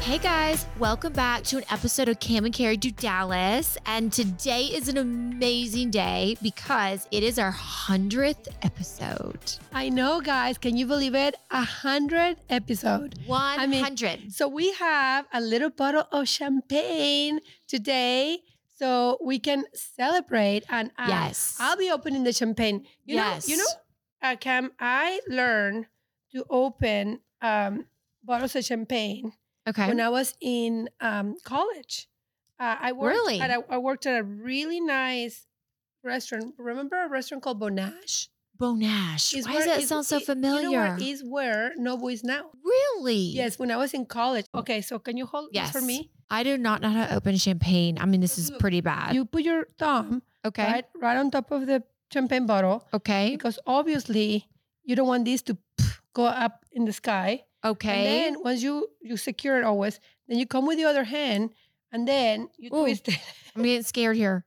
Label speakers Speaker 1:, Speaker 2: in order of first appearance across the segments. Speaker 1: Hey guys, welcome back to an episode of Cam and Carrie Do Dallas. And today is an amazing day because it is our 100th episode.
Speaker 2: I know, guys. Can you believe it? A hundred episode.
Speaker 1: 100.
Speaker 2: I mean, So we have a little bottle of champagne today, so we can celebrate. And uh,
Speaker 1: Yes.
Speaker 2: I'll be opening the champagne. You
Speaker 1: Yes.
Speaker 2: know, you know, uh, Cam, I learned to open um, bottles of champagne
Speaker 1: okay.
Speaker 2: when I was in um, college. Uh, I worked
Speaker 1: Really?
Speaker 2: at a, I worked at a really nice restaurant. Remember a restaurant called Bonash?
Speaker 1: Bonash.
Speaker 2: Is
Speaker 1: Why
Speaker 2: where-
Speaker 1: does that
Speaker 2: is-
Speaker 1: sound so
Speaker 2: i-
Speaker 1: familiar?
Speaker 2: You know where is where Novo is now.
Speaker 1: really?
Speaker 2: Yes, when I was in college. Okay, so can you hold this for
Speaker 1: Yes.
Speaker 2: me?
Speaker 1: I do not know how to open champagne. I mean, this is
Speaker 2: Look,
Speaker 1: pretty bad.
Speaker 2: You put your thumb
Speaker 1: okay.
Speaker 2: right right on top of the champagne bottle
Speaker 1: Okay.
Speaker 2: because obviously you don't want this to pff, go up in the sky. And
Speaker 1: Okay.
Speaker 2: then once you you secure it always, then you come with the other hand and then you
Speaker 1: Ooh.
Speaker 2: twist it.
Speaker 1: I'm getting scared here.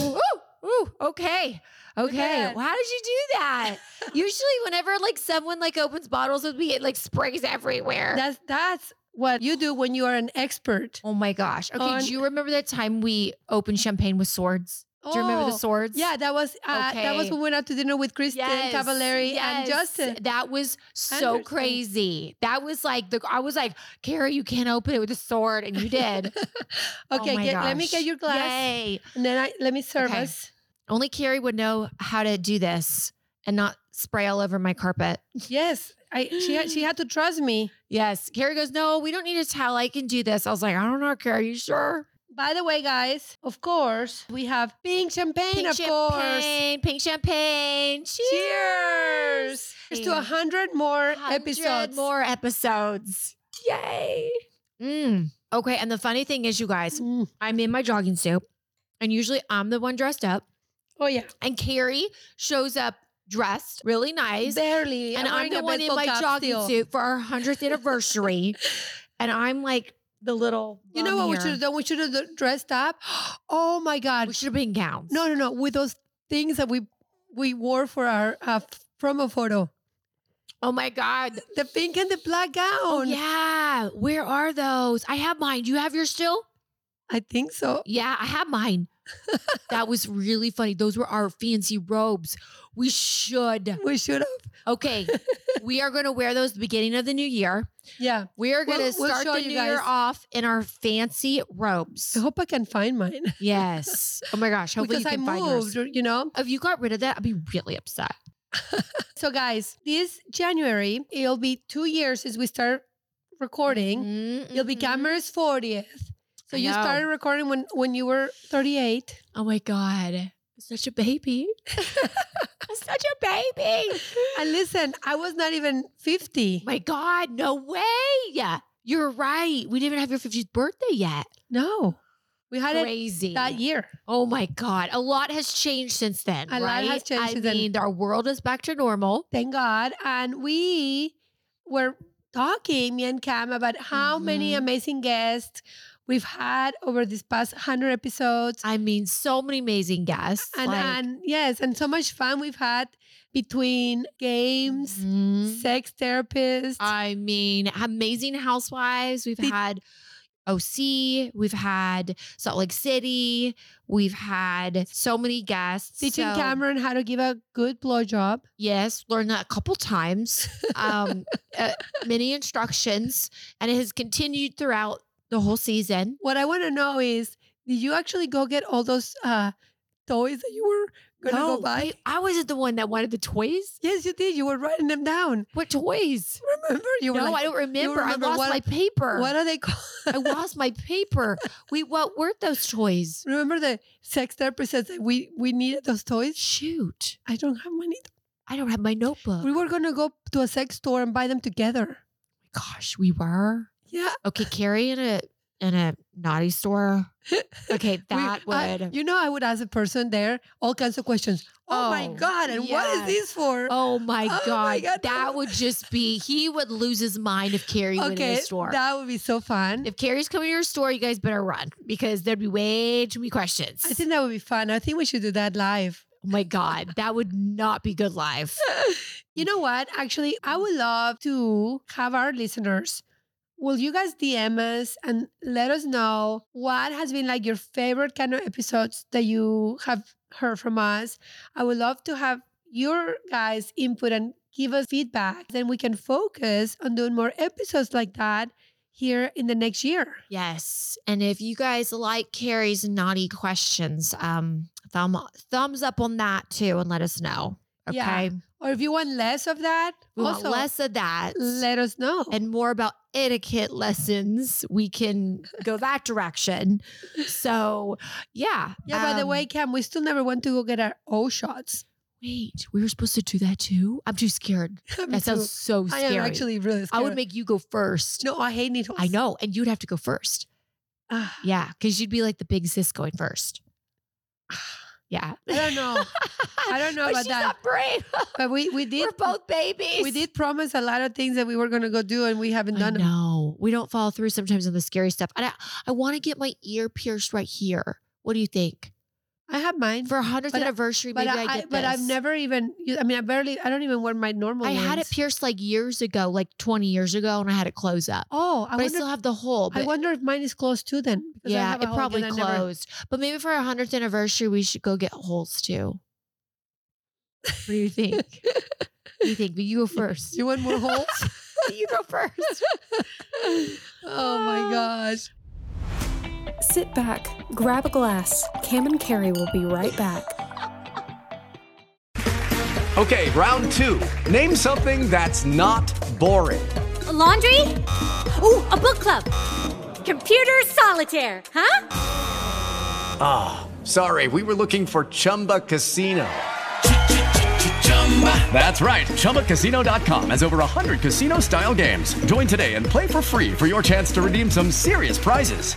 Speaker 1: Ooh, ooh, ooh, okay. Okay.
Speaker 2: bad.
Speaker 1: Well, how did you do that? Usually whenever like someone like opens bottles with me, it like sprays everywhere.
Speaker 2: That's that's what you do when you are an expert.
Speaker 1: oh my gosh. Okay.
Speaker 2: On-
Speaker 1: do you remember that time we opened champagne with swords? Do you remember the
Speaker 2: Oh,
Speaker 1: swords?
Speaker 2: Yeah, that was uh, that was
Speaker 1: Okay.
Speaker 2: when we went out to dinner with Kristen Cavallari and Justin.
Speaker 1: That was so
Speaker 2: Anderson.
Speaker 1: crazy. That was like the I was like, Carrie, you can't open it with a sword, and you did. Oh
Speaker 2: okay,
Speaker 1: my
Speaker 2: get, let me
Speaker 1: gosh.
Speaker 2: get your glass.
Speaker 1: Yay.
Speaker 2: And then I, let me serve
Speaker 1: Okay.
Speaker 2: us.
Speaker 1: Only Carrie would know how to do this and not spray all over my carpet.
Speaker 2: Yes, I she had, she had to trust me.
Speaker 1: Yes. Carrie goes, No, we don't need a towel. I can do this. I was like, I don't know, Carrie. Are you sure?
Speaker 2: By the way, guys, of course we have pink champagne.
Speaker 1: Pink
Speaker 2: of course,
Speaker 1: champagne. Pink champagne. Cheers.
Speaker 2: cheers! Cheers to a hundred more
Speaker 1: 100
Speaker 2: episodes.
Speaker 1: More episodes. Yay. Mm. Okay. And the funny thing is, you guys,
Speaker 2: Mm.
Speaker 1: I'm in my jogging suit, and usually I'm the one dressed up,
Speaker 2: Oh yeah,
Speaker 1: and Carrie shows up dressed really nice.
Speaker 2: barely.
Speaker 1: and I'm
Speaker 2: wearing
Speaker 1: the
Speaker 2: a
Speaker 1: one in
Speaker 2: baseball
Speaker 1: my
Speaker 2: cap
Speaker 1: jogging
Speaker 2: still.
Speaker 1: suit for our hundredth anniversary, and I'm like the little.
Speaker 2: You know
Speaker 1: bum
Speaker 2: what we
Speaker 1: here.
Speaker 2: should have done? We should have dressed up. Oh my God!
Speaker 1: We should have been gowns.
Speaker 2: No, no, no! With those things that we we wore for our uh, f- promo photo,
Speaker 1: Oh my god.
Speaker 2: the pink and the black gown.
Speaker 1: Oh yeah. Where are those? I have mine. Do you have yours still?
Speaker 2: I think so.
Speaker 1: Yeah, I have mine. that was really funny. Those were our fancy robes. We should.
Speaker 2: We should have.
Speaker 1: Okay. we are going to wear those the beginning of the new year.
Speaker 2: Yeah.
Speaker 1: We are going to
Speaker 2: We'll- we'll
Speaker 1: start
Speaker 2: show
Speaker 1: the
Speaker 2: you
Speaker 1: new year
Speaker 2: guys.
Speaker 1: off in our fancy robes.
Speaker 2: I hope I can find mine.
Speaker 1: yes. Oh my gosh. Hopefully
Speaker 2: because
Speaker 1: you can
Speaker 2: I
Speaker 1: find
Speaker 2: moved,
Speaker 1: yours.
Speaker 2: or- you know.
Speaker 1: If you got rid of that, I'd be really upset.
Speaker 2: So guys, this January it'll be two years since we start recording.
Speaker 1: Mhm,
Speaker 2: It'll be
Speaker 1: mhm.
Speaker 2: Cameron's fortieth.
Speaker 1: I
Speaker 2: So you
Speaker 1: know.
Speaker 2: started recording when when you were thirty eight.
Speaker 1: Oh my God. Such a baby. Such a baby. oh
Speaker 2: And listen, I was not even fifty.
Speaker 1: My God, no way. You're right. We didn't even have your 50th birthday yet.
Speaker 2: no, we had
Speaker 1: Crazy.
Speaker 2: it that year.
Speaker 1: Oh my God. A lot has changed since then.
Speaker 2: A lot
Speaker 1: right?
Speaker 2: has changed
Speaker 1: I
Speaker 2: since then.
Speaker 1: mean, our world is back to normal.
Speaker 2: Thank God. And we were talking, me and Cam, about how many
Speaker 1: Mhm.
Speaker 2: amazing guests we've had over these past hundred episodes.
Speaker 1: I mean, so many amazing guests.
Speaker 2: and
Speaker 1: like-
Speaker 2: and yes, and so much fun we've had between games,
Speaker 1: Mhm.
Speaker 2: sex therapists.
Speaker 1: I mean, amazing housewives. We've
Speaker 2: Did-
Speaker 1: had OC. We've had Salt Lake City. We've had so many guests.
Speaker 2: Teaching
Speaker 1: so-
Speaker 2: Cameron how to give a good blowjob.
Speaker 1: Yes, learned that a couple times. Um, uh, many instructions, and it has continued throughout the whole season.
Speaker 2: What I want to know is, did you actually go get all those uh, toys that you were gonna
Speaker 1: no,
Speaker 2: go buy.
Speaker 1: wait, I wasn't the one that wanted the toys.
Speaker 2: Yes, you did. You were writing them down.
Speaker 1: What toys?
Speaker 2: Remember? You were
Speaker 1: no,
Speaker 2: like,
Speaker 1: I don't remember.
Speaker 2: remember
Speaker 1: I lost
Speaker 2: what-
Speaker 1: my paper.
Speaker 2: What are they called?
Speaker 1: I lost my paper. We what were those toys?
Speaker 2: Remember the sex therapist said that we we needed those toys.
Speaker 1: Shoot.
Speaker 2: I don't have money.
Speaker 1: I don't have my notebook.
Speaker 2: We were gonna go to a sex store and buy them together.
Speaker 1: Gosh, we were.
Speaker 2: Yeah,
Speaker 1: Okay, Carrie in a in a naughty store. Okay,
Speaker 2: we-
Speaker 1: that
Speaker 2: I-
Speaker 1: would
Speaker 2: you know, I would ask the person there all kinds of questions. Oh, my
Speaker 1: Oh,
Speaker 2: god! And what
Speaker 1: yes.
Speaker 2: is this for?
Speaker 1: Oh my,
Speaker 2: Oh my
Speaker 1: god.
Speaker 2: God.
Speaker 1: That would just be he would lose his mind if Carrie went in
Speaker 2: okay,
Speaker 1: the store.
Speaker 2: that would be so fun.
Speaker 1: if Carrie's coming to your store, you guys better run because there'd be way too many questions.
Speaker 2: I think that would be fun. I think we should do that live.
Speaker 1: oh my god, that would not be good life.
Speaker 2: You know what? Actually,
Speaker 1: Mm-hmm.
Speaker 2: I would love to have our listeners. Will you guys DM us and let us know what has been like your favorite kind of episodes that you have heard from us? I would love to have your guys' input and give us feedback. Then we can focus on doing more episodes like that here in the next year.
Speaker 1: Yes. And if you guys like Carrie's naughty questions, um, thumb thumbs up on that too and let us know. Okay.
Speaker 2: Yeah. Or if you want less of that,
Speaker 1: We
Speaker 2: also
Speaker 1: want less of that
Speaker 2: let us know.
Speaker 1: and more about etiquette lessons. We can go that direction. So yeah.
Speaker 2: yeah, by the
Speaker 1: um,
Speaker 2: way, Cam, we still never went to go get our O shots.
Speaker 1: Wait, we were supposed to do that too? I'm too scared. That sounds so
Speaker 2: I
Speaker 1: scary.
Speaker 2: am actually really
Speaker 1: I
Speaker 2: scared.
Speaker 1: would make you go first.
Speaker 2: No, I hate needles.
Speaker 1: I know. And you'd have to go first.
Speaker 2: Ah,
Speaker 1: Yeah. Cause you'd be like the big sis going first. Yeah.
Speaker 2: I don't know, I don't know
Speaker 1: But
Speaker 2: about
Speaker 1: she's
Speaker 2: that.
Speaker 1: Not brave.
Speaker 2: but we we did
Speaker 1: We're both babies.
Speaker 2: we did promise a lot of things that we were gonna go do, and we haven't
Speaker 1: I
Speaker 2: done them.
Speaker 1: know. We don't follow through sometimes on the scary stuff. And I, I want to get my ear pierced right here. What do you think?
Speaker 2: I have mine,
Speaker 1: For a hundredth
Speaker 2: But I-
Speaker 1: anniversary,
Speaker 2: but
Speaker 1: maybe I,
Speaker 2: I,
Speaker 1: get
Speaker 2: I- but I've
Speaker 1: this.
Speaker 2: never even. I mean, I barely. I don't even wear my normal.
Speaker 1: I had it
Speaker 2: ones.
Speaker 1: pierced like years ago, like twenty years ago, and I had it close up.
Speaker 2: Oh,
Speaker 1: but
Speaker 2: I
Speaker 1: I
Speaker 2: wonder.
Speaker 1: still have the hole.
Speaker 2: I
Speaker 1: But
Speaker 2: wonder if mine is closed too. Then because I
Speaker 1: yeah,
Speaker 2: have a
Speaker 1: it
Speaker 2: hole again
Speaker 1: probably
Speaker 2: I
Speaker 1: closed.
Speaker 2: never-
Speaker 1: But maybe for our hundredth anniversary, we should go get holes too. What do you think? what do you think? You go first.
Speaker 2: You want more holes?
Speaker 1: you go first.
Speaker 2: oh my gosh!
Speaker 3: Sit back, grab a glass. Cam and Carrie will be right back.
Speaker 4: Okay, round two. Name something that's not boring.
Speaker 5: laundry? Ooh, a book club. Computer solitaire, huh?
Speaker 4: Sorry, we were looking for Chumba Casino. That's right, ChumbaCasino.com has over 100 casino style games. Join today and play for free for your chance to redeem some serious prizes.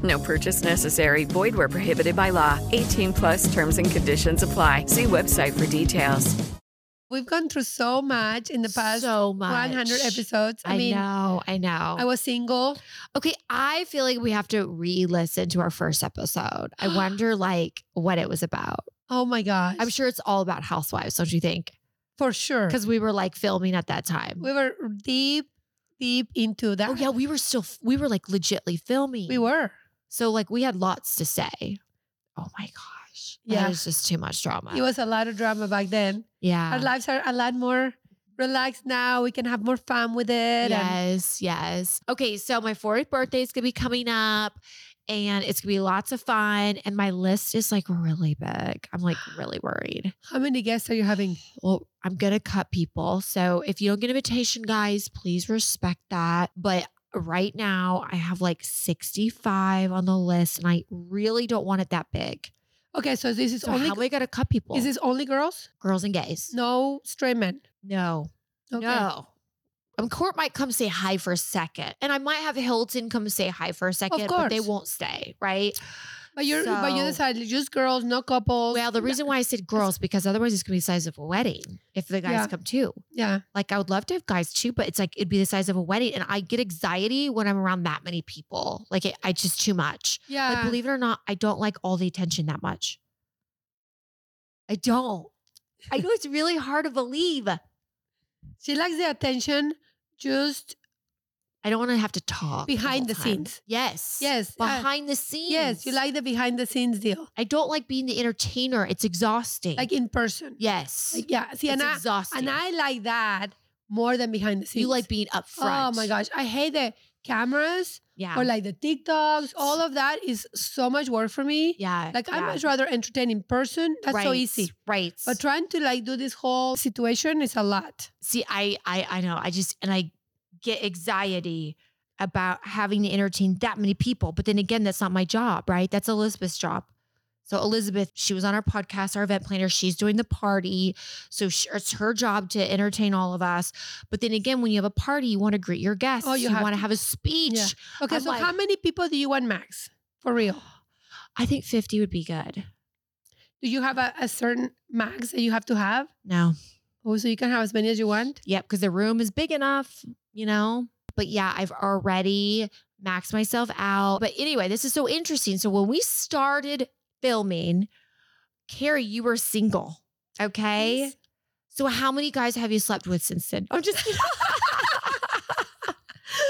Speaker 6: No purchase necessary. Void where prohibited by law. 18 plus terms and conditions apply. See website for details.
Speaker 2: We've gone through so much in the past
Speaker 1: so much.
Speaker 2: 100 episodes. I,
Speaker 1: I,
Speaker 2: mean,
Speaker 1: know. I know.
Speaker 2: I was single.
Speaker 1: Okay, I feel like we have to re-listen to our first episode. I wonder like what it was about.
Speaker 2: Oh my gosh!
Speaker 1: I'm sure it's all about housewives, don't you think?
Speaker 2: for sure
Speaker 1: Because we were like filming at that time.
Speaker 2: we were deep, deep into that.
Speaker 1: Oh yeah, we were still f- we were like legitly filming.
Speaker 2: we were.
Speaker 1: so like we had lots to say. Oh my gosh, yeah,
Speaker 2: Yeah.
Speaker 1: that is just too much drama.
Speaker 2: It was a lot of drama back then.
Speaker 1: yeah,
Speaker 2: Our lives are a lot more relaxed now. We can have more fun with it. and-
Speaker 1: Yes, yes. Okay, so my 40th birthday is gonna be coming up and it's gonna be lots of fun. And my list is like really big. I'm like really worried.
Speaker 2: how many guests are you having?
Speaker 1: Well, I'm gonna cut people. So if you don't get an invitation, guys, please respect that. But right now I have like 65 on the list, and I really don't want it that big.
Speaker 2: Okay, so this is
Speaker 1: So
Speaker 2: only
Speaker 1: how am I gonna cut people?
Speaker 2: is this only girls?
Speaker 1: girls and gays?
Speaker 2: No straight men.
Speaker 1: No.
Speaker 2: Okay.
Speaker 1: No. Um, court might come say hi for a second, and I might have Hilton come say hi for a second, but they
Speaker 2: course.
Speaker 1: won't stay, right?
Speaker 2: But you are but you
Speaker 1: So-
Speaker 2: decided just girls, no couples.
Speaker 1: Well, the reason why I said girls because otherwise it's gonna be the size of a wedding if the guys
Speaker 2: Yeah.
Speaker 1: come too.
Speaker 2: Yeah.
Speaker 1: Like I would love to have guys too, but it's like it'd be the size of a wedding, and I get anxiety when I'm around that many people. Like it, I just too much.
Speaker 2: Yeah.
Speaker 1: like believe it or not, I don't like all the attention that much. I don't. I know it's really hard to believe. I
Speaker 2: She likes the attention just
Speaker 1: don't want to have to talk the
Speaker 2: Behind
Speaker 1: whole
Speaker 2: the
Speaker 1: time.
Speaker 2: scenes.
Speaker 1: Yes.
Speaker 2: Yes, uh,
Speaker 1: Behind the scenes.
Speaker 2: yes, you like the behind the scenes deal.
Speaker 1: I don't like being the entertainer. It's exhausting.
Speaker 2: Like in person.
Speaker 1: yes.
Speaker 2: Like, yeah. See, and
Speaker 1: it's
Speaker 2: I
Speaker 1: exhausting.
Speaker 2: and I like that more than behind the scenes.
Speaker 1: you like being up front.
Speaker 2: Oh my gosh. I hate the cameras
Speaker 1: Yeah.
Speaker 2: or like the TikToks. All of that is so much work for me.
Speaker 1: yeah.
Speaker 2: Like
Speaker 1: yeah.
Speaker 2: I'm much rather entertain in person. That's so
Speaker 1: Right,
Speaker 2: easy.
Speaker 1: Right.
Speaker 2: But trying to like do this whole situation is a lot.
Speaker 1: see I, I i know i just and i get anxiety about having to entertain that many people but then again that's not my job right that's elizabeth's job so elizabeth she was on our podcast our event planner she's doing the party so sh it's her job to entertain all of us but then again when you have a party you want to greet your guests
Speaker 2: Oh, you have
Speaker 1: want to
Speaker 2: to.
Speaker 1: have a speech
Speaker 2: Yeah. Okay,
Speaker 1: I'm
Speaker 2: so
Speaker 1: like-
Speaker 2: how many people do you want max? For real.
Speaker 1: i think 50 would be good
Speaker 2: Do you have a, a certain max that you have to have?
Speaker 1: no
Speaker 2: Oh, so you can have as many as you want?
Speaker 1: Yep, because the room is big enough, you know? But yeah, I've already maxed myself out. But anyway, this is so interesting. So when we started filming, Carrie, you were single. Okay.
Speaker 3: Yes.
Speaker 1: So how many guys have you slept with since then? I'm just kidding. I'm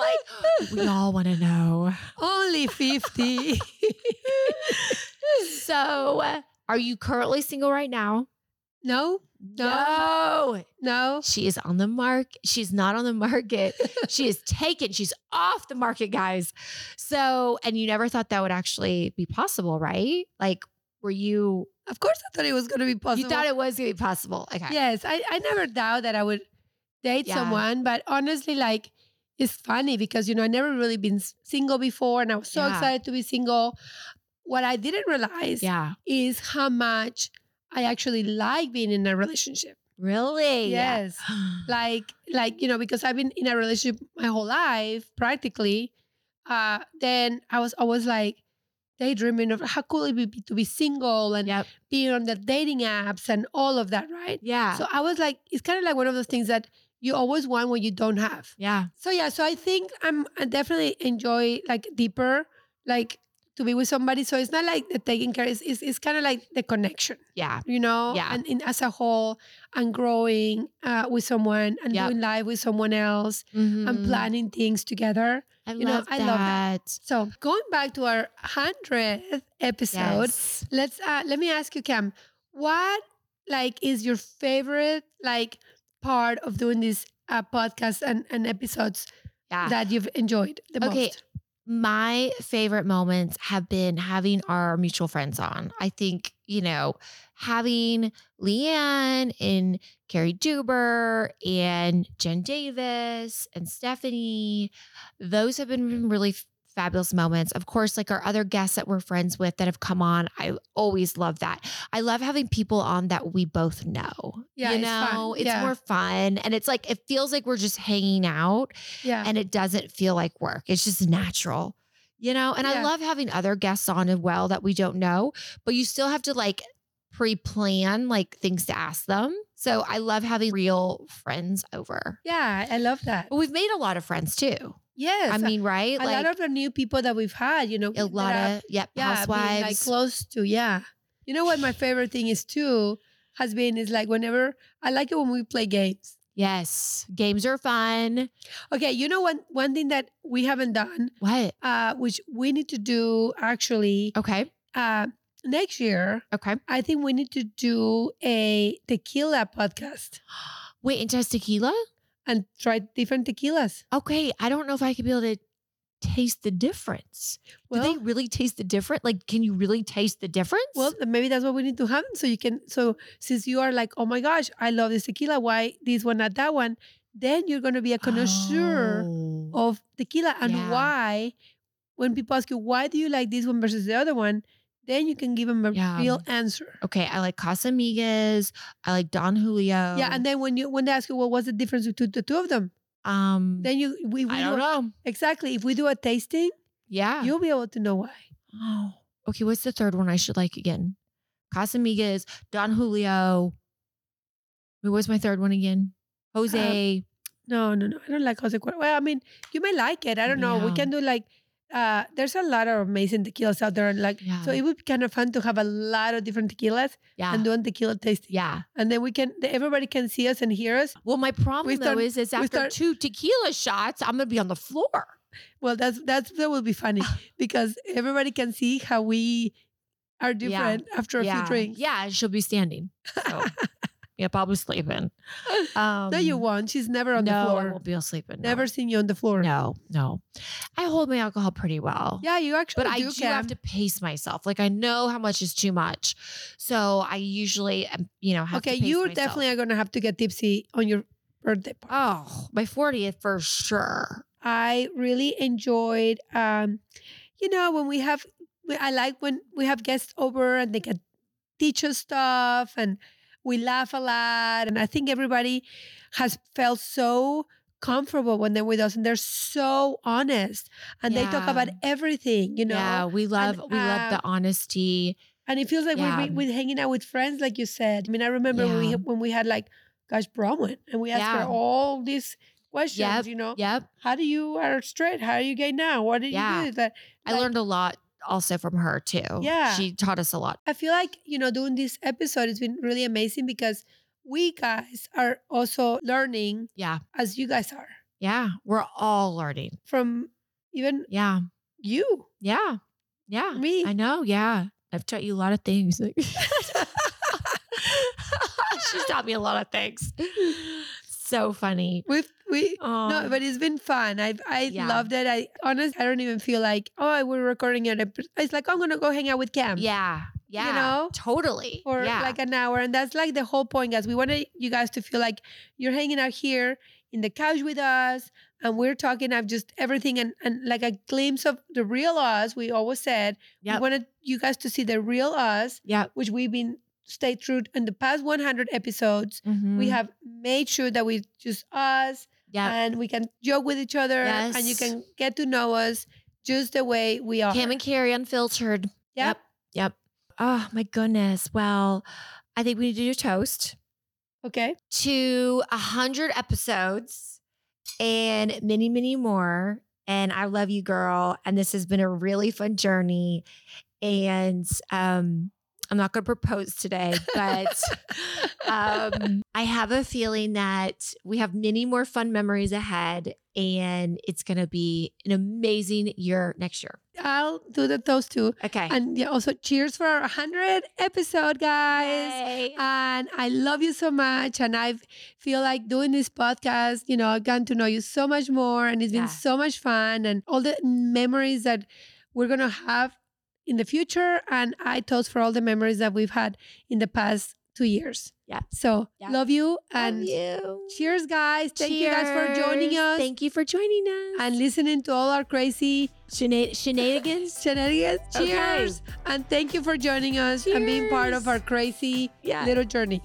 Speaker 1: like, we all want to know.
Speaker 2: Only 50.
Speaker 1: So uh, are you currently single right now?
Speaker 2: no,
Speaker 1: no.
Speaker 2: no.
Speaker 1: She is on the mark. She's not on the market. she is taken. She's off the market, guys. So, and you never thought that would actually be possible, right? Like, were you,
Speaker 2: Of course, I thought it was going to be possible.
Speaker 1: you thought it was going to be possible. Okay.
Speaker 2: Yes, I, I never doubt that I would date
Speaker 1: Yeah.
Speaker 2: someone, but honestly, like, it's funny because, you know, I never really been s- single before and I was so
Speaker 1: Yeah.
Speaker 2: excited to be single. What I didn't realize
Speaker 1: Yeah.
Speaker 2: is how much I actually like being in a relationship.
Speaker 1: Really?
Speaker 2: Yes. like like you know because i've been in a relationship my whole life practically uh then i was always like daydreaming of how cool it would be to be single and
Speaker 1: Yep.
Speaker 2: being on the dating apps and all of that right
Speaker 1: Yeah.
Speaker 2: so i was like it's kind of like one of those things that you always want what you don't have
Speaker 1: yeah.
Speaker 2: so yeah so i think i'm i definitely enjoy like deeper like to be with somebody so it's not like the taking care it's, it's, it's kind of like the connection
Speaker 1: Yeah.
Speaker 2: you know,
Speaker 1: Yeah.
Speaker 2: and, and as a whole, and growing uh, with someone and
Speaker 1: Yep.
Speaker 2: doing life with someone else and
Speaker 1: Mhm.
Speaker 2: planning things together.
Speaker 1: Mm-hmm. I
Speaker 2: you know,
Speaker 1: love
Speaker 2: I
Speaker 1: that.
Speaker 2: love that. So going back to our hundredth episode,
Speaker 1: Yes.
Speaker 2: let's uh, let me ask you, Cam, what like is your favorite like part of doing these uh, podcasts and, and episodes
Speaker 1: Yeah.
Speaker 2: that you've enjoyed the
Speaker 1: Ah. Okay,
Speaker 2: most?
Speaker 1: my favorite moments have been having our mutual friends on. I think, you know, having Leanne and Carrie Duber and Jen Davis and Stephanie, those have been really f- fabulous moments. Of course, like our other guests that we're friends with that have come on, I always love that. I love having people on that we both know.
Speaker 2: Yeah,
Speaker 1: you
Speaker 2: it's fun.
Speaker 1: know,
Speaker 2: Yeah.
Speaker 1: more fun. And it's like, it feels like we're just hanging out
Speaker 2: Yeah.
Speaker 1: and it doesn't feel like work. It's just natural, you know? And I
Speaker 2: Yeah.
Speaker 1: love having other guests on as well that we don't know, but you still have to like pre plan like things to ask them. So I love having real friends over.
Speaker 2: yeah, I love that.
Speaker 1: But we've made a lot of friends too.
Speaker 2: Yes.
Speaker 1: I mean, right?
Speaker 2: a lot of the new people that we've had, you know,
Speaker 1: a
Speaker 2: that
Speaker 1: lot
Speaker 2: are-
Speaker 1: of, yep,
Speaker 2: yeah, being,
Speaker 1: housewives.
Speaker 2: like close to, yeah. You know what my favorite thing is too has been is like whenever I like it when we play games.
Speaker 1: yes. Games are fun.
Speaker 2: Okay, you know one one thing that we haven't done,
Speaker 1: What?
Speaker 2: uh, which we need to do actually
Speaker 1: Okay.
Speaker 2: uh, next year.
Speaker 1: Okay.
Speaker 2: I think we need to do a tequila podcast
Speaker 1: Wait, and test tequila?
Speaker 2: and try different tequilas.
Speaker 1: Okay. I don't know if I could be able to taste the difference. Do
Speaker 2: Well,
Speaker 1: they really taste the difference? Like, can you really taste the difference?
Speaker 2: well, then maybe that's what we need to have. So you can, so since you are like, oh my gosh, I love this tequila. Why this one, not that one? Then you're going to be a connoisseur.
Speaker 1: Oh.
Speaker 2: of tequila and
Speaker 1: Yeah.
Speaker 2: why when people ask you why do you like this one versus the other one then you can give them a
Speaker 1: Yeah.
Speaker 2: real answer
Speaker 1: Okay, I like Casamigas. I like Don Julio.
Speaker 2: yeah and then when you when they ask you well, what's the difference between the two of them
Speaker 1: um,
Speaker 2: then you we, we
Speaker 1: I
Speaker 2: do
Speaker 1: don't
Speaker 2: a-
Speaker 1: know.
Speaker 2: exactly if we do a tasting
Speaker 1: Yeah.
Speaker 2: you'll be able to know why
Speaker 1: oh. Okay, what's the third one I should like again? Casamigas, Don Julio. Wait, what's my third one again? Jose.
Speaker 2: no no no i don't like jose cuervo well i mean you may like it i don't know we
Speaker 1: Yeah.
Speaker 2: can do like uh, there's a lot of amazing tequilas out there. and Like,
Speaker 1: Yeah.
Speaker 2: so it would be kind of fun to have a lot of different tequilas
Speaker 1: Yeah.
Speaker 2: and doing tequila tasting.
Speaker 1: yeah.
Speaker 2: And then we can, everybody can see us and hear us.
Speaker 1: Well, my problem
Speaker 2: We
Speaker 1: though
Speaker 2: start-
Speaker 1: is, is
Speaker 2: we
Speaker 1: after
Speaker 2: start-
Speaker 1: two tequila shots, I'm gonna be on the floor.
Speaker 2: Well, that's that's that will be funny because everybody can see how we are different after a
Speaker 1: yeah.
Speaker 2: few drinks.
Speaker 1: Yeah, she'll be standing. So. yeah, probably sleeping. Um,
Speaker 2: no, you won't. She's never on
Speaker 1: no,
Speaker 2: the
Speaker 1: I
Speaker 2: floor.
Speaker 1: won't be sleeping. no.
Speaker 2: Never seen you on the floor.
Speaker 1: No, no. I hold my alcohol pretty well.
Speaker 2: Yeah, you actually
Speaker 1: But I
Speaker 2: do,
Speaker 1: do
Speaker 2: can.
Speaker 1: have to pace myself. Like I know how much is too much, so I usually, um, you know, have
Speaker 2: okay,
Speaker 1: to pace
Speaker 2: you
Speaker 1: myself.
Speaker 2: definitely are gonna have to get tipsy on your birthday party.
Speaker 1: Oh, my fortieth for sure.
Speaker 2: I really enjoyed. Um, you know, when we have, we- I like when we have guests over and they can teach us stuff, and we laugh a lot. And I think everybody has felt so comfortable when they're with us, and they're so honest, and they talk
Speaker 1: Yeah.
Speaker 2: about everything. You know,
Speaker 1: yeah, we love we love the
Speaker 2: um,
Speaker 1: honesty.
Speaker 2: and it feels like
Speaker 1: Yeah.
Speaker 2: we're, we we're hanging out with friends, like you said. I mean, I remember when we
Speaker 1: Yeah.
Speaker 2: when we had like, gosh, Bronwyn, and we asked
Speaker 1: Yeah.
Speaker 2: her all these questions.
Speaker 1: Yep,
Speaker 2: You know
Speaker 1: Yep,
Speaker 2: how do you are straight? How are you gay now? What did
Speaker 1: Yeah.
Speaker 2: you do? That
Speaker 1: I
Speaker 2: like,
Speaker 1: learned a lot also from her too.
Speaker 2: Yeah.
Speaker 1: she taught us a lot.
Speaker 2: I feel like you know doing this episode has been really amazing because we guys are also learning
Speaker 1: Yeah,
Speaker 2: as you guys are
Speaker 1: yeah, we're all learning.
Speaker 2: from even
Speaker 1: Yeah,
Speaker 2: you.
Speaker 1: yeah, yeah.
Speaker 2: Me.
Speaker 1: I know. Yeah, I've taught you a lot of things. She's taught me a lot of things. So funny.
Speaker 2: We've we
Speaker 1: Oh,
Speaker 2: no, but it's been fun. I've I
Speaker 1: Yeah.
Speaker 2: loved it. I honestly I don't even feel like oh we're recording an episode. It's like I'm gonna go hang out with Cam.
Speaker 1: yeah, yeah,
Speaker 2: um, know?
Speaker 1: totally.
Speaker 2: For
Speaker 1: yeah.
Speaker 2: like an hour. And that's like the whole point, guys. We wanted you guys to feel like you're hanging out here in the couch with us and we're talking of just everything and, and like a glimpse of the real us. We always said
Speaker 1: Yep.
Speaker 2: we wanted you guys to see the real us,
Speaker 1: yeah,
Speaker 2: which we've been stayed true in the past 100 episodes. We
Speaker 1: mhm,
Speaker 2: have made sure that we just us
Speaker 1: yeah.
Speaker 2: and we can joke with each other and you
Speaker 1: Yes.
Speaker 2: can get to know us just the way we are.
Speaker 1: Cam and Carrie unfiltered.
Speaker 2: yep.
Speaker 1: Yep. Oh my goodness. Well, I think we need to do a toast
Speaker 2: Okay.
Speaker 1: to a hundred episodes and many, many more. And I love you, girl. And this has been a really fun journey. And um, I'm not going to propose today, but um, I have a feeling that we have many more fun memories ahead, and it's going to be an amazing year next year.
Speaker 2: I'll do the toast too.
Speaker 1: Okay.
Speaker 2: And yeah, also cheers for our 100 episode, guys.
Speaker 1: Yay.
Speaker 2: And I love you so much. And I feel like doing this podcast, you know, I've gotten to know you so much more. And it's been
Speaker 1: Yeah.
Speaker 2: so much fun and all the memories that we're going to have in the future. And I toast for all the memories that we've had in the past two years.
Speaker 1: Yeah.
Speaker 2: So
Speaker 1: Yeah.
Speaker 2: love you.
Speaker 1: Love
Speaker 2: And
Speaker 1: you.
Speaker 2: cheers, guys. Thank you guys for joining
Speaker 1: Cheers.
Speaker 2: us
Speaker 1: Thank you for joining us.
Speaker 2: and listening to all our crazy
Speaker 1: Shena- shenanigans.
Speaker 2: shenanigans.
Speaker 1: Okay.
Speaker 2: Cheers. And thank you for joining us and being part of
Speaker 1: Cheers.
Speaker 2: our crazy
Speaker 1: Yeah.
Speaker 2: little journey.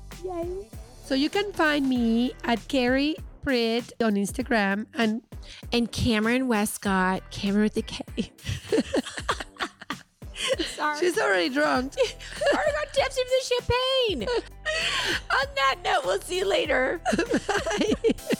Speaker 2: So you can find me at Carrie Pritt on Instagram. And
Speaker 1: And Cameron Westcott, Cameron with the K. Sorry.
Speaker 2: she's already drunk.
Speaker 1: already got tips from the champagne. On that note, we'll see you later.
Speaker 2: Bye.